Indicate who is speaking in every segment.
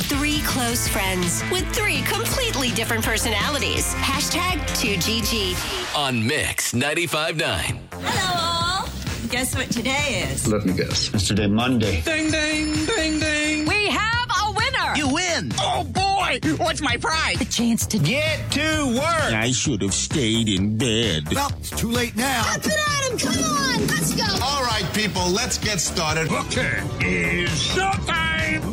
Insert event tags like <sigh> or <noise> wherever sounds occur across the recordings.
Speaker 1: three close friends with three completely different personalities. Hashtag 2GG.
Speaker 2: on Mix 95.9.
Speaker 3: Hello, all. Guess what today is?
Speaker 4: Let me guess.
Speaker 5: It's today Monday.
Speaker 3: We have a winner.
Speaker 6: You win. Oh boy, what's my prize? The chance to get to work.
Speaker 7: I should have stayed in bed.
Speaker 6: Well, it's too late now.
Speaker 8: Up and at him. Come on. Let's go.
Speaker 9: All right, people, let's get started.
Speaker 7: Okay, it's showtime.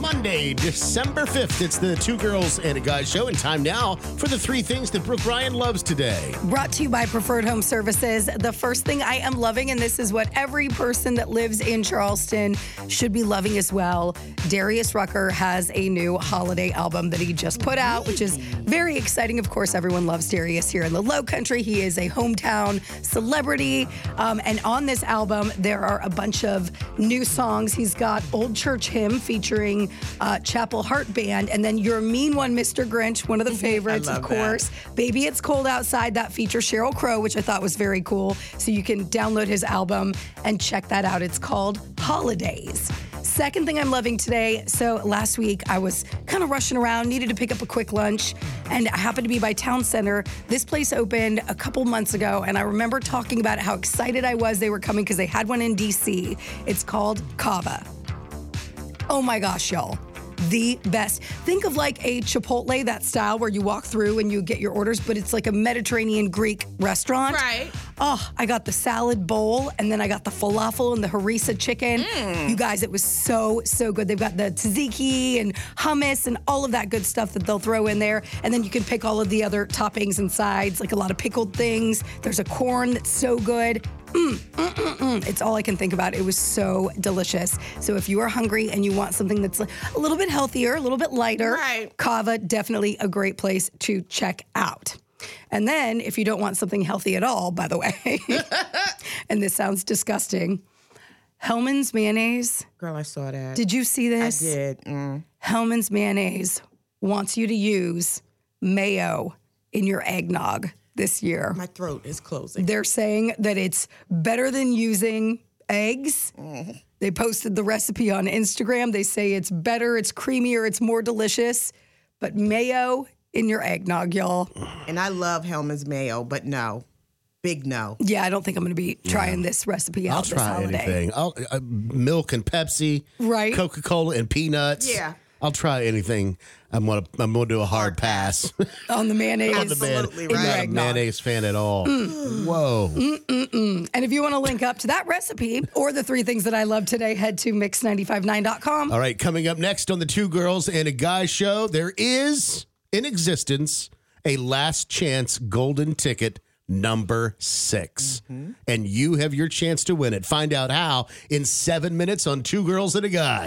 Speaker 10: Monday, December 5th. It's the Two Girls and a Guy show, and time now for the three things that Brooke Ryan loves today.
Speaker 11: Brought to you by Preferred Home Services. The first thing I am loving, and this is what every person that lives in Charleston should be loving as well. Darius Rucker has a new holiday album that he just put out, which is very exciting. Of course, everyone loves Darius here in the Low Country. He is a hometown celebrity. Um, and on this album, there are a bunch of new songs. He's got Old Church Hymn featuring uh, Chapel Heart Band, and then Your Mean One, Mr. Grinch, one of the favorites, of
Speaker 3: Mm-hmm. love that.
Speaker 11: course. Baby It's Cold Outside that features Cheryl Crow, which I thought was very cool. So you can download his album and check that out. It's called Holidays. Second thing I'm loving today. So last week I was kind of rushing around, needed to pick up a quick lunch, and I happened to be by Town Center. This place opened a couple months ago, and I remember talking about how excited I was they were coming because they had one in DC. It's called Kava. Oh my gosh, y'all. The best. Think of like a Chipotle, that style where you walk through and you get your orders, but it's like a Mediterranean Greek restaurant.
Speaker 3: Right.
Speaker 11: Oh, I got the salad bowl and then I got the falafel and the harissa chicken. You guys, it was so, so good. They've got the tzatziki and hummus and all of that good stuff that they'll throw in there. And then you can pick all of the other toppings and sides, like a lot of pickled things. There's a corn that's so good. Mm, It's all I can think about. It was so delicious. So if you are hungry and you want something that's a little bit healthier, a little bit lighter,
Speaker 3: Right.
Speaker 11: Kava definitely a great place to check out. And then if you don't want something healthy at all, by the
Speaker 12: <laughs>
Speaker 11: way, <laughs> and this sounds disgusting, Hellman's mayonnaise.
Speaker 12: Girl, I saw that.
Speaker 11: Did you see
Speaker 12: I
Speaker 11: this?
Speaker 12: did. Mm.
Speaker 11: Hellman's mayonnaise wants you to use mayo in your eggnog this year.
Speaker 12: My throat is closing.
Speaker 11: They're saying that it's better than using eggs. They posted the recipe on Instagram. They say it's better, it's creamier, it's more delicious, but mayo in your eggnog, y'all.
Speaker 12: And I love Hellman's mayo, but no, big no.
Speaker 11: Yeah, I don't think I'm going to be trying this recipe out
Speaker 10: I'll
Speaker 11: this
Speaker 10: try
Speaker 11: holiday.
Speaker 10: anything. I'll uh, milk and Pepsi,
Speaker 11: Right.
Speaker 10: Coca Cola and peanuts.
Speaker 12: Yeah.
Speaker 10: I'll try anything. I'm gonna I'm gonna do a hard pass. <laughs>
Speaker 11: On the mayonnaise.
Speaker 10: I'm not a man-
Speaker 12: Absolutely
Speaker 10: I'm not
Speaker 11: right.
Speaker 10: a mayonnaise fan at all. Whoa.
Speaker 11: And if you want to link up to that recipe or the three things that I love today, head to mix959.com.
Speaker 10: All right, coming up next on the Two Girls and a Guy show, there is in existence a last chance golden ticket number 6 And you have your chance to win it. Find out how in seven minutes on Two Girls and a Guy.